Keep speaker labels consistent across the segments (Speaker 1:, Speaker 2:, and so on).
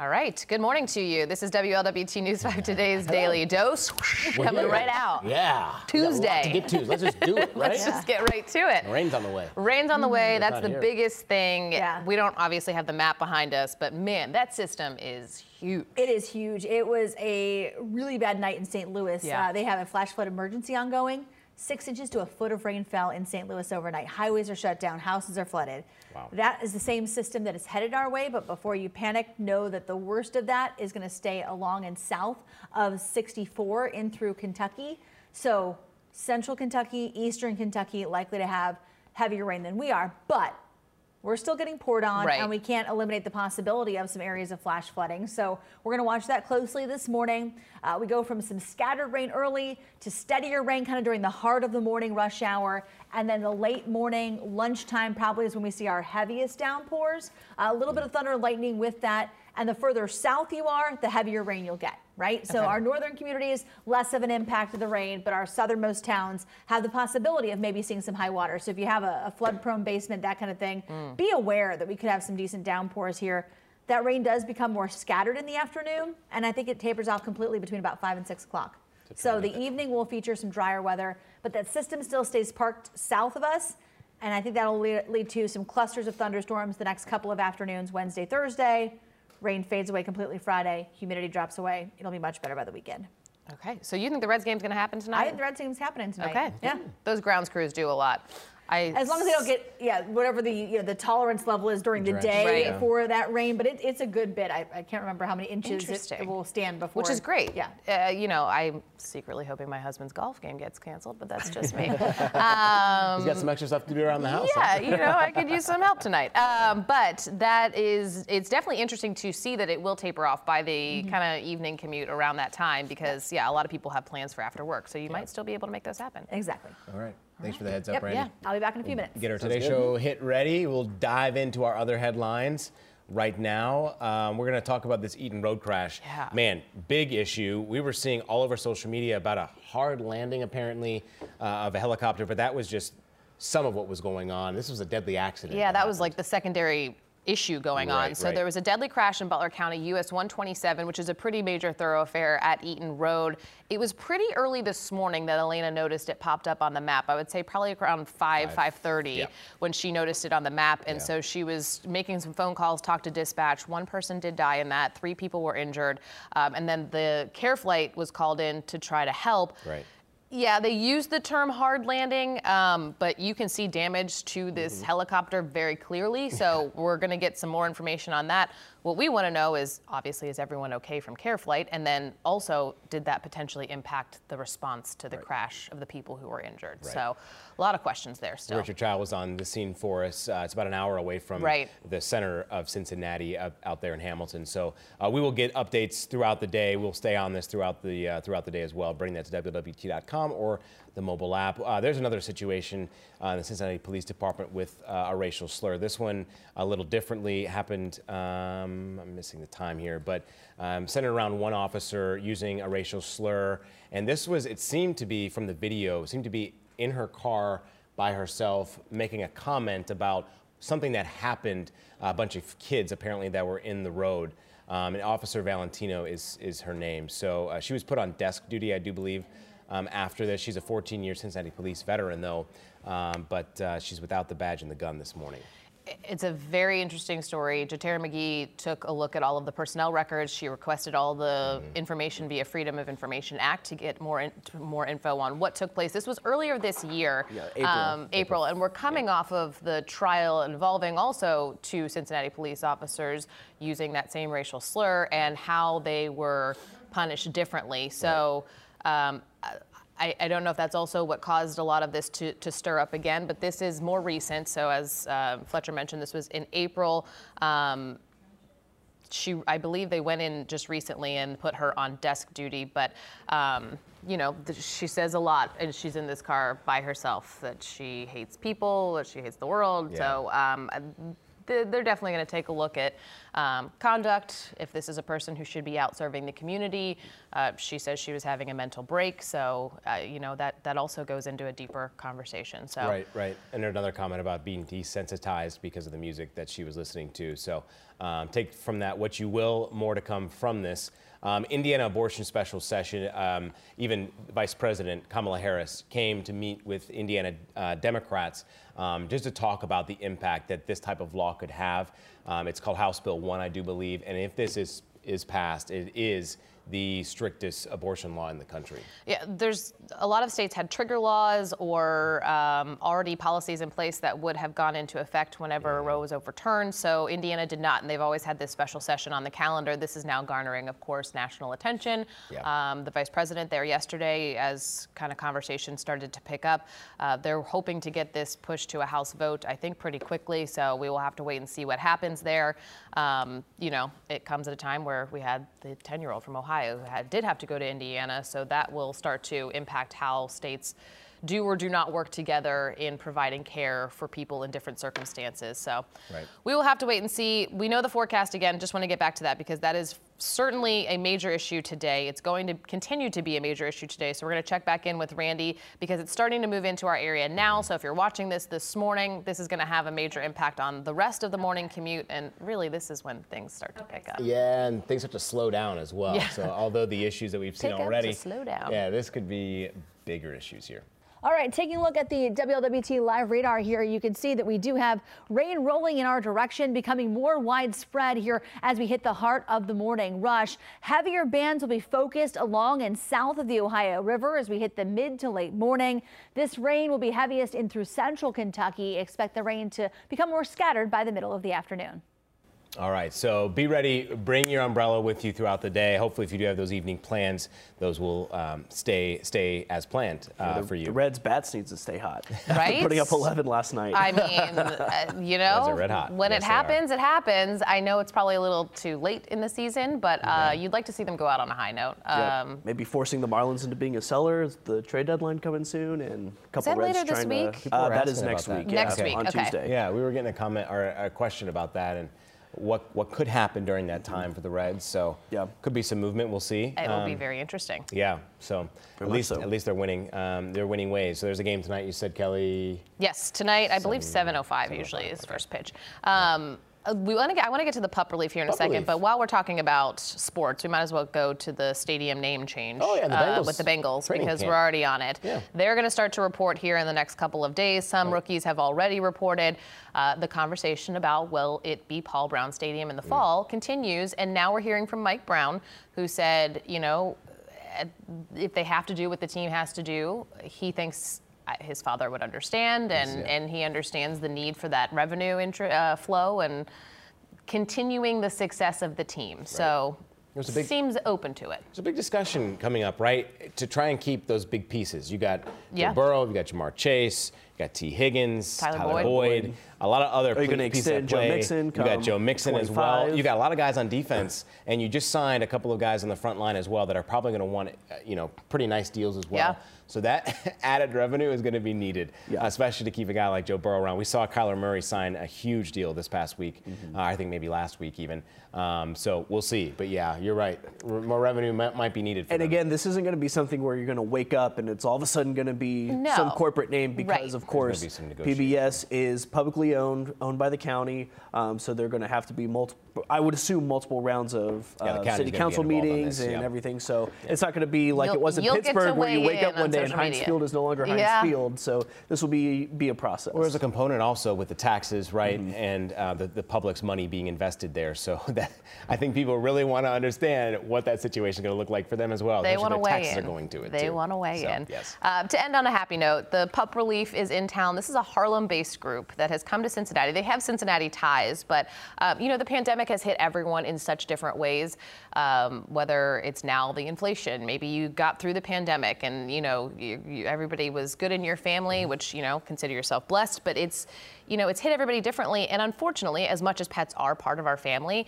Speaker 1: All right. Good morning to you. This is WLWT News 5 Today's Daily Dose.
Speaker 2: We're
Speaker 1: Coming
Speaker 2: here.
Speaker 1: right out.
Speaker 2: Yeah. We got a lot
Speaker 1: Tuesday.
Speaker 2: To get to. Let's just do it, right?
Speaker 1: Let's just get right to it.
Speaker 2: Rain's on the way.
Speaker 1: Rain's on the way. That's
Speaker 2: Mm, not
Speaker 1: the
Speaker 2: here.
Speaker 1: biggest thing.
Speaker 3: Yeah.
Speaker 1: We don't obviously have the map behind us, but man, that system is huge.
Speaker 3: It is huge. It was a really bad night in St. Louis.
Speaker 1: Yeah.
Speaker 3: Uh, they have a flash flood emergency ongoing. Six inches to a foot of rain fell in St. Louis overnight. Highways are shut down. Houses are flooded.
Speaker 2: Wow.
Speaker 3: That is the same system that is headed our way. But before you panic, know that the worst of that is going to stay along and south of 64 in through Kentucky. So central Kentucky, eastern Kentucky likely to have heavier rain than we are. But we're still getting poured on
Speaker 1: Right.
Speaker 3: and we can't eliminate the possibility of some areas of flash flooding. So we're going to watch that closely this morning. Uh, we go from some scattered rain early to steadier rain kind of during the heart of the morning rush hour. And then the late morning lunchtime probably is when we see our heaviest downpours. a little bit of thunder and lightning with that. And the further south you are, the heavier rain you'll get, right? So
Speaker 1: Okay.
Speaker 3: our northern communities, less of an impact of the rain, but our southernmost towns have the possibility of maybe seeing some high water. So if you have a, a flood prone basement, that kind of thing, be aware that we could have some decent downpours here. That rain does become more scattered in the afternoon, and I think it tapers off completely between about 5 and 6 o'clock. So the evening will feature some drier weather, but that system still stays parked south of us. And I think that'll lead, lead to some clusters of thunderstorms the next couple of afternoons, Wednesday, Thursday. Rain fades away completely Friday. Humidity drops away. It'll be much better by the weekend.
Speaker 1: Okay. So you think the Reds game's going to happen
Speaker 3: I
Speaker 1: tonight?
Speaker 3: think the red team's happening tonight.
Speaker 1: Okay.
Speaker 3: Yeah.
Speaker 1: Those grounds crews do a lot. I
Speaker 3: As long as they don't get yeah whatever the you know the tolerance level is during the
Speaker 2: Right.
Speaker 3: day
Speaker 1: Right.
Speaker 3: for that rain, but it, it's a good bit. I, I can't remember how many inches it- it,
Speaker 1: Interesting.
Speaker 3: will stand before.
Speaker 1: Which is great.
Speaker 3: Yeah.
Speaker 1: Uh, you know, I'm secretly hoping my husband's golf game gets canceled, but that's just me. um,
Speaker 2: He's got some extra stuff to do around the house.
Speaker 1: Yeah, you know, I could use some help tonight. Um, but that is, it's definitely interesting to see that it will taper off by the kind of evening commute around that time because, yeah, a lot of people have plans for after work. So you might still be able to make those happen.
Speaker 3: Exactly.
Speaker 4: All right. Thanks for the heads up,
Speaker 3: Yep.
Speaker 4: Randy.
Speaker 1: Yeah.
Speaker 3: I'll be back in a few minutes.
Speaker 4: Get our
Speaker 2: Sounds
Speaker 4: Today
Speaker 2: good.
Speaker 4: Show hit ready. We'll dive into our other headlines right now. Um, we're going to talk about this Eaton road crash.
Speaker 1: Yeah.
Speaker 4: Man, big issue. We were seeing all over social media about a hard landing, apparently, uh, of a helicopter, but that was just some of what was going on. This was a deadly accident.
Speaker 1: Yeah, that was
Speaker 4: happened.
Speaker 1: like the secondary issue going on.
Speaker 4: Right,
Speaker 1: So
Speaker 4: right.
Speaker 1: there was a deadly crash in Butler County, US 127, which is a pretty major thoroughfare at Eaton Road. It was pretty early this morning that Elena noticed it popped up on the map. I would say probably around 5, 5:30
Speaker 4: yeah.
Speaker 1: when she noticed it on the map and
Speaker 4: Yeah.
Speaker 1: so she was making some phone calls, talked to dispatch. One person did die in that, three people were injured. Um, and then the care flight was called in to try to help.
Speaker 4: Right.
Speaker 1: Yeah, they use the term hard landing, um, but you can see damage to this helicopter very clearly. So we're going to get some more information on that. What we want to know is obviously, is everyone okay from care flight? And then also, did that potentially impact the response to the crash of the people who were injured?
Speaker 4: Right.
Speaker 1: So a lot of questions there still.
Speaker 4: Richard Chow was on the scene for us. Uh, it's about an hour away from
Speaker 1: Right.
Speaker 4: the center of Cincinnati, up, out there in Hamilton. So uh, we will get updates throughout the day. We'll stay on this throughout the uh, throughout the day as well. Bring that to WWT.com or the mobile app. Uh, there's another situation uh, in the Cincinnati Police Department with uh, a racial slur. This one a little differently happened. Um, I'm missing the time here, but um, centered around one officer using a racial slur, and this was it seemed to be from the video. It seemed to be in her car by herself making a comment about something that happened uh, a bunch of kids apparently that were in the road um, and officer valentino is, is her name so uh, she was put on desk duty i do believe um, after this she's a 14 year cincinnati police veteran though um, but uh, she's without the badge and the gun this morning
Speaker 1: It's a very interesting story. Jatera McGee took a look at all of the personnel records. She requested all the
Speaker 2: Mm-hmm.
Speaker 1: information via Freedom of Information Act to get more in, to- more info on what took place. This was earlier this year, Um,
Speaker 2: Yeah, April.
Speaker 1: April, and we're coming off of the trial involving also two Cincinnati police officers using that same racial slur and how they were punished differently. So. Um, I, I don't know if that's also what caused a lot of this to, to stir up again, but this is more recent. So, as uh, Fletcher mentioned, this was in April. Um, she, I believe they went in just recently and put her on desk duty, but um, you know, th- she says a lot, and she's in this car by herself. That she hates people, that she hates the world. So um, I- th- they're definitely going to take a look at um, conduct. If this is a person who should be out serving the community, uh, she says she was having a mental break. So uh, you know that that also goes into a deeper conversation. So
Speaker 4: Right, right. And another comment about being desensitized because of the music that she was listening to. So Um, take from that what you will. More to come from this. Um, Indiana abortion special session. Um, even Vice President Kamala Harris came to meet with Indiana uh, Democrats um, just to talk about the impact that this type of law could have. Um, it's called House Bill One, I do believe, and if this is is passed, it is the strictest abortion law in the country.
Speaker 1: Yeah, there's a lot of states had trigger laws or um, already policies in place that would have gone into effect whenever Roe was overturned. So Indiana did not, and they've always had this special session on the calendar. This is now garnering, of course, national attention.
Speaker 4: Yeah.
Speaker 1: Um, the vice president there yesterday, as kind of conversation started to pick up, uh, they're hoping to get this pushed to a House vote, I think, pretty quickly. So we will have to wait and see what happens there. Um, you know, it comes at a time where we had the 10-year-old from Ohio who had, did have to go to Indiana. So that will start to impact how states do or do not work together in providing care for people in different circumstances. So
Speaker 4: Right.
Speaker 1: we will have to wait and see. We know the forecast again. Just want to get back to that because that is certainly a major issue today. It's going to continue to be a major issue today. So we're going to check back in with Randy because it's starting to move into our area now. So if you're watching this this morning, this is going to have a major impact on the rest of the morning commute. And really, this is when things start to pick up.
Speaker 4: Yeah, and things have to slow down as well.
Speaker 1: Yeah.
Speaker 4: So although the issues that we've seen
Speaker 1: Pick up to
Speaker 4: already,
Speaker 1: slow down.
Speaker 4: Yeah, this could be bigger issues here.
Speaker 3: All right, taking a look at the WLWT live radar here, you can see that we do have rain rolling in our direction, becoming more widespread here as we hit the heart of the morning rush. Heavier bands will be focused along and south of the Ohio River as we hit the mid to late morning. This rain will be heaviest in through central Kentucky. Expect the rain to become more scattered by the middle of the afternoon.
Speaker 4: All right, so be ready. Bring your umbrella with you throughout the day. Hopefully, if you do have those evening plans, those will um, stay stay as planned uh,
Speaker 5: the,
Speaker 4: for you.
Speaker 5: The Reds bats needs to stay hot. After
Speaker 1: Right?
Speaker 5: Putting up 11 last night.
Speaker 1: I mean, uh, you know,
Speaker 4: are red hot.
Speaker 1: when
Speaker 4: Yes,
Speaker 1: it
Speaker 4: they are.
Speaker 1: happens, it happens. I know it's probably a little too late in the season, but uh, you'd like to see them go out on a high note.
Speaker 5: Yeah,
Speaker 1: Um,
Speaker 5: Uh, maybe forcing the Marlins into being a seller. Is The trade deadline coming soon, and a couple
Speaker 1: that
Speaker 5: Reds
Speaker 1: later this
Speaker 5: trying
Speaker 1: week?
Speaker 5: to.
Speaker 1: People
Speaker 5: Uh,
Speaker 4: were
Speaker 5: that
Speaker 4: asking
Speaker 5: is
Speaker 4: about
Speaker 5: next
Speaker 4: that.
Speaker 5: week.
Speaker 1: Next
Speaker 5: yeah,
Speaker 1: week,
Speaker 5: on
Speaker 1: okay.
Speaker 5: Tuesday.
Speaker 4: Yeah, we were getting a comment or a question about that and what what could happen during that time for the Reds. So
Speaker 5: Mm-hmm. Yeah.
Speaker 4: could be some movement. We'll see.
Speaker 1: it will be
Speaker 4: Um,
Speaker 1: very interesting.
Speaker 4: Yeah, so at
Speaker 5: much
Speaker 4: least
Speaker 5: so.
Speaker 4: at least they're winning. Um, they're winning ways. So there's a game tonight. You said Kelly.
Speaker 1: Yes, tonight I believe 7:05
Speaker 4: 7:05,
Speaker 1: usually is
Speaker 4: okay.
Speaker 1: first pitch. Um, uh, we want to get, I want to get to the pup relief here in a
Speaker 4: Pup
Speaker 1: second,
Speaker 4: relief.
Speaker 1: but while we're talking about sports, we might as well go to the stadium name change uh,
Speaker 4: Oh, yeah, the Bengals
Speaker 1: with the Bengals
Speaker 4: training
Speaker 1: because
Speaker 4: camp.
Speaker 1: we're already on it.
Speaker 4: Yeah.
Speaker 1: They're going to start to report here in the next couple of days. Some rookies have already reported. Uh, the conversation about will it be Paul Brown Stadium
Speaker 4: Mm.
Speaker 1: in the fall continues, and now we're hearing from Mike Brown, who said, you know, if they have to do what the team has to do, he thinks uh, his father would understand, and,
Speaker 4: yeah.
Speaker 1: and he understands the need for that revenue intr- uh, flow and continuing the success of the team. So
Speaker 4: was a big-
Speaker 1: seems open to it.
Speaker 4: There's a big discussion coming up, right? To try and keep those big pieces. You got
Speaker 1: Yeah.
Speaker 4: Joe Burrow, you got Jamar Chase, you got T. Higgins,
Speaker 1: Tyler Boyd.
Speaker 4: Boyd, a lot of other
Speaker 5: Are you
Speaker 4: pl-
Speaker 5: gonna
Speaker 4: pieces at
Speaker 5: extend Joe
Speaker 4: play.
Speaker 5: Mixon
Speaker 4: You got
Speaker 5: come
Speaker 4: Joe Mixon as well.
Speaker 5: 25?
Speaker 4: You got a lot of guys on defense, and you just signed a couple of guys on the front line as well that are probably going to want, uh, you know, pretty nice deals as well.
Speaker 1: Yeah.
Speaker 4: So that added revenue is going to be needed,
Speaker 5: Yeah.
Speaker 4: especially to keep a guy like Joe Burrow around. We saw Kyler Murray sign a huge deal this past week, uh, I think maybe last week even. Um, so we'll see. But yeah, you're right. R- more revenue might, might be needed. For
Speaker 5: And
Speaker 4: them.
Speaker 5: again, this isn't going to be something where you're going to wake up and it's all of a sudden going to be
Speaker 1: No.
Speaker 5: some corporate name
Speaker 1: Right.
Speaker 5: because, of course,
Speaker 4: be some negotiation.
Speaker 5: PBS is publicly owned, owned by the county. Um, so they're going to have to be multiple. I would assume multiple rounds of
Speaker 4: Yeah, the
Speaker 5: uh,
Speaker 4: county's
Speaker 5: city
Speaker 4: gonna be
Speaker 5: council
Speaker 4: involved on
Speaker 5: meetings
Speaker 4: this,
Speaker 5: and
Speaker 4: yeah.
Speaker 5: everything. So it's not going to be like
Speaker 1: You'll-
Speaker 5: it was in
Speaker 1: you'll get to
Speaker 5: Pittsburgh where you
Speaker 1: weigh
Speaker 5: wake
Speaker 1: in
Speaker 5: up one
Speaker 1: on
Speaker 5: day and
Speaker 1: social
Speaker 5: Heinz
Speaker 1: media.
Speaker 5: Field is no longer Heinz
Speaker 1: Yeah.
Speaker 5: Field. So this will be be a process.
Speaker 4: Well, there's a component also with the taxes, right, and uh, the, the public's money being invested there. So that I think people really want to understand what that situation is going to look like for them as well.
Speaker 1: They
Speaker 4: especially
Speaker 1: want to
Speaker 4: if
Speaker 1: weigh
Speaker 4: their taxes
Speaker 1: in.
Speaker 4: are going to it.
Speaker 1: They
Speaker 4: too.
Speaker 1: want to weigh
Speaker 4: So,
Speaker 1: in.
Speaker 4: Yes.
Speaker 1: Uh, to end on a happy note, the Pup Relief is in town. This is a Harlem-based group that has come to Cincinnati. They have Cincinnati ties, but um, you know the pandemic has hit everyone in such different ways. Um, whether it's now the inflation, maybe you got through the pandemic and you know you, you, everybody was good in your family,
Speaker 4: Mm-hmm.
Speaker 1: which you know consider yourself blessed. But it's you know it's hit everybody differently, and unfortunately, as much as pets are part of our family,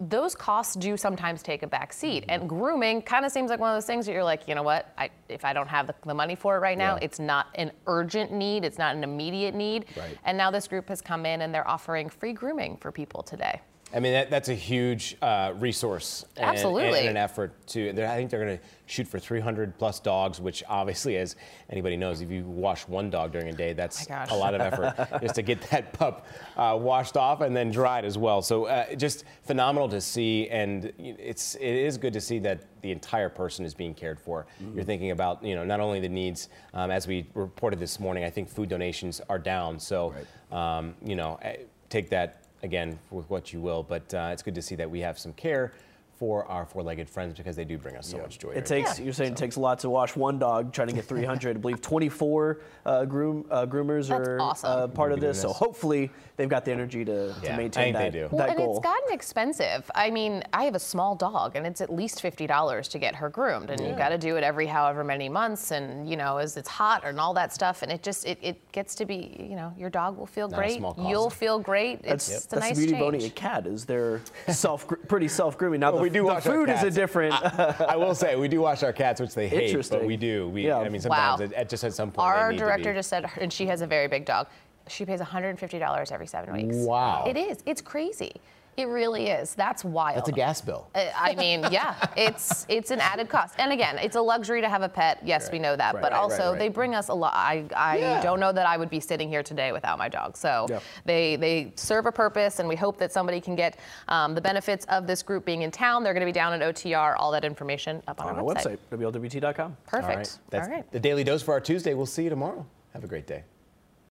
Speaker 1: those costs do sometimes take a back seat.
Speaker 5: Mm-hmm.
Speaker 1: And grooming kind of seems like one of those things that you're like, you know what? I, if I don't have the, the money for it right now,
Speaker 4: Yeah.
Speaker 1: it's not an urgent need, it's not an immediate need.
Speaker 4: Right.
Speaker 1: And now this group has come in and they're offering free grooming for people today.
Speaker 4: I mean, that, that's a huge uh, resource. and- and-
Speaker 1: Absolutely.
Speaker 4: And, an effort to, they're- I think they're going to shoot for 300 plus dogs, which obviously, as anybody knows, if you wash one dog during a day, that's
Speaker 1: My gosh.
Speaker 4: a lot of effort just to get that pup uh, washed off and then dried as well. So uh, just phenomenal to see. And it's, it is good to see that the entire person is being cared for.
Speaker 5: Mm-hmm.
Speaker 4: You're thinking about, you know, not only the needs, um, as we reported this morning, I think food donations are down. So, um, you know, eh, take that again with what you will, but uh, it's good to see that we have some care for our four-legged friends because they do bring us so much joy.
Speaker 5: It
Speaker 4: every day.
Speaker 5: takes. You're saying it takes a lot to wash one dog, trying to get 300. I believe 24 uh, groom uh, groomers
Speaker 1: That's
Speaker 5: are
Speaker 1: awesome.
Speaker 5: uh, part of
Speaker 4: Doing
Speaker 5: this. So
Speaker 4: this.
Speaker 5: hopefully they've got the energy to,
Speaker 4: Yeah,
Speaker 5: to
Speaker 4: I
Speaker 5: maintain
Speaker 4: think they
Speaker 5: that,
Speaker 4: do.
Speaker 5: that
Speaker 1: Well, and
Speaker 5: goal.
Speaker 1: it's gotten expensive. I mean, I have a small dog, and it's at least fifty dollars to get her groomed, and you got to do it every however many months, and you know, as it's hot and all that stuff, and it just it, it gets to be, you know, your dog will feel
Speaker 4: Not a
Speaker 1: great,
Speaker 4: small cost.
Speaker 1: you'll feel great.
Speaker 5: that's,
Speaker 1: It's, it's a
Speaker 5: that's
Speaker 1: nice
Speaker 5: the beauty
Speaker 1: change.
Speaker 5: of owning a cat is they're self pretty self grooming. Now
Speaker 4: Well,
Speaker 5: the,
Speaker 4: we do
Speaker 5: the
Speaker 4: wash our
Speaker 5: food is a
Speaker 4: cats.
Speaker 5: different.
Speaker 4: I will say we do wash our cats, which they hate, but
Speaker 5: Interesting.
Speaker 4: we do. We,
Speaker 5: Yeah.
Speaker 4: I mean, sometimes
Speaker 1: Wow.
Speaker 4: it, it just at some point. they
Speaker 1: Our
Speaker 4: need to
Speaker 1: director
Speaker 4: be.
Speaker 1: just said, and she has a very big dog. She pays one hundred and fifty dollars every seven weeks.
Speaker 2: Wow.
Speaker 1: It is. It's crazy. It really is. That's wild.
Speaker 2: That's a gas bill.
Speaker 1: Uh, I mean, yeah, it's it's an added cost, and again, it's a luxury to have a pet. Yes, we know that,
Speaker 2: Right,
Speaker 1: but
Speaker 2: right, right,
Speaker 1: also
Speaker 2: right.
Speaker 1: they bring us a lot. I I
Speaker 2: Yeah.
Speaker 1: don't know that I would be sitting here today without my dog. So
Speaker 5: Yeah.
Speaker 1: they they serve a purpose, and we hope that somebody can get um, the benefits of this group being in town. They're going to be down at OTR. All that information up on,
Speaker 5: on our website, www.com.
Speaker 1: Perfect.
Speaker 4: All right. That's
Speaker 1: All right.
Speaker 4: the daily dose for our Tuesday. We'll see you tomorrow. Have a great day.